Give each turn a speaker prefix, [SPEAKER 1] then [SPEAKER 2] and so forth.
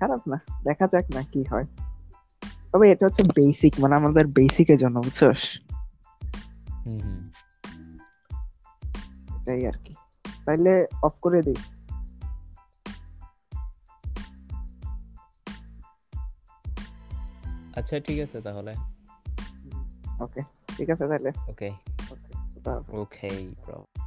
[SPEAKER 1] খারাপ না দেখা যাক না কি হয় তবে এটা হচ্ছে বেসিক মানে আমাদের বেসিকের জন্য বুঝছস
[SPEAKER 2] হুম হুম
[SPEAKER 1] এটাই আর কি তাইলে অফ করে দিই
[SPEAKER 2] আচ্ছা ঠিক আছে তাহলে
[SPEAKER 1] ওকে ঠিক আছে তাহলে
[SPEAKER 2] okay
[SPEAKER 1] Okay, bye.
[SPEAKER 2] Okay bro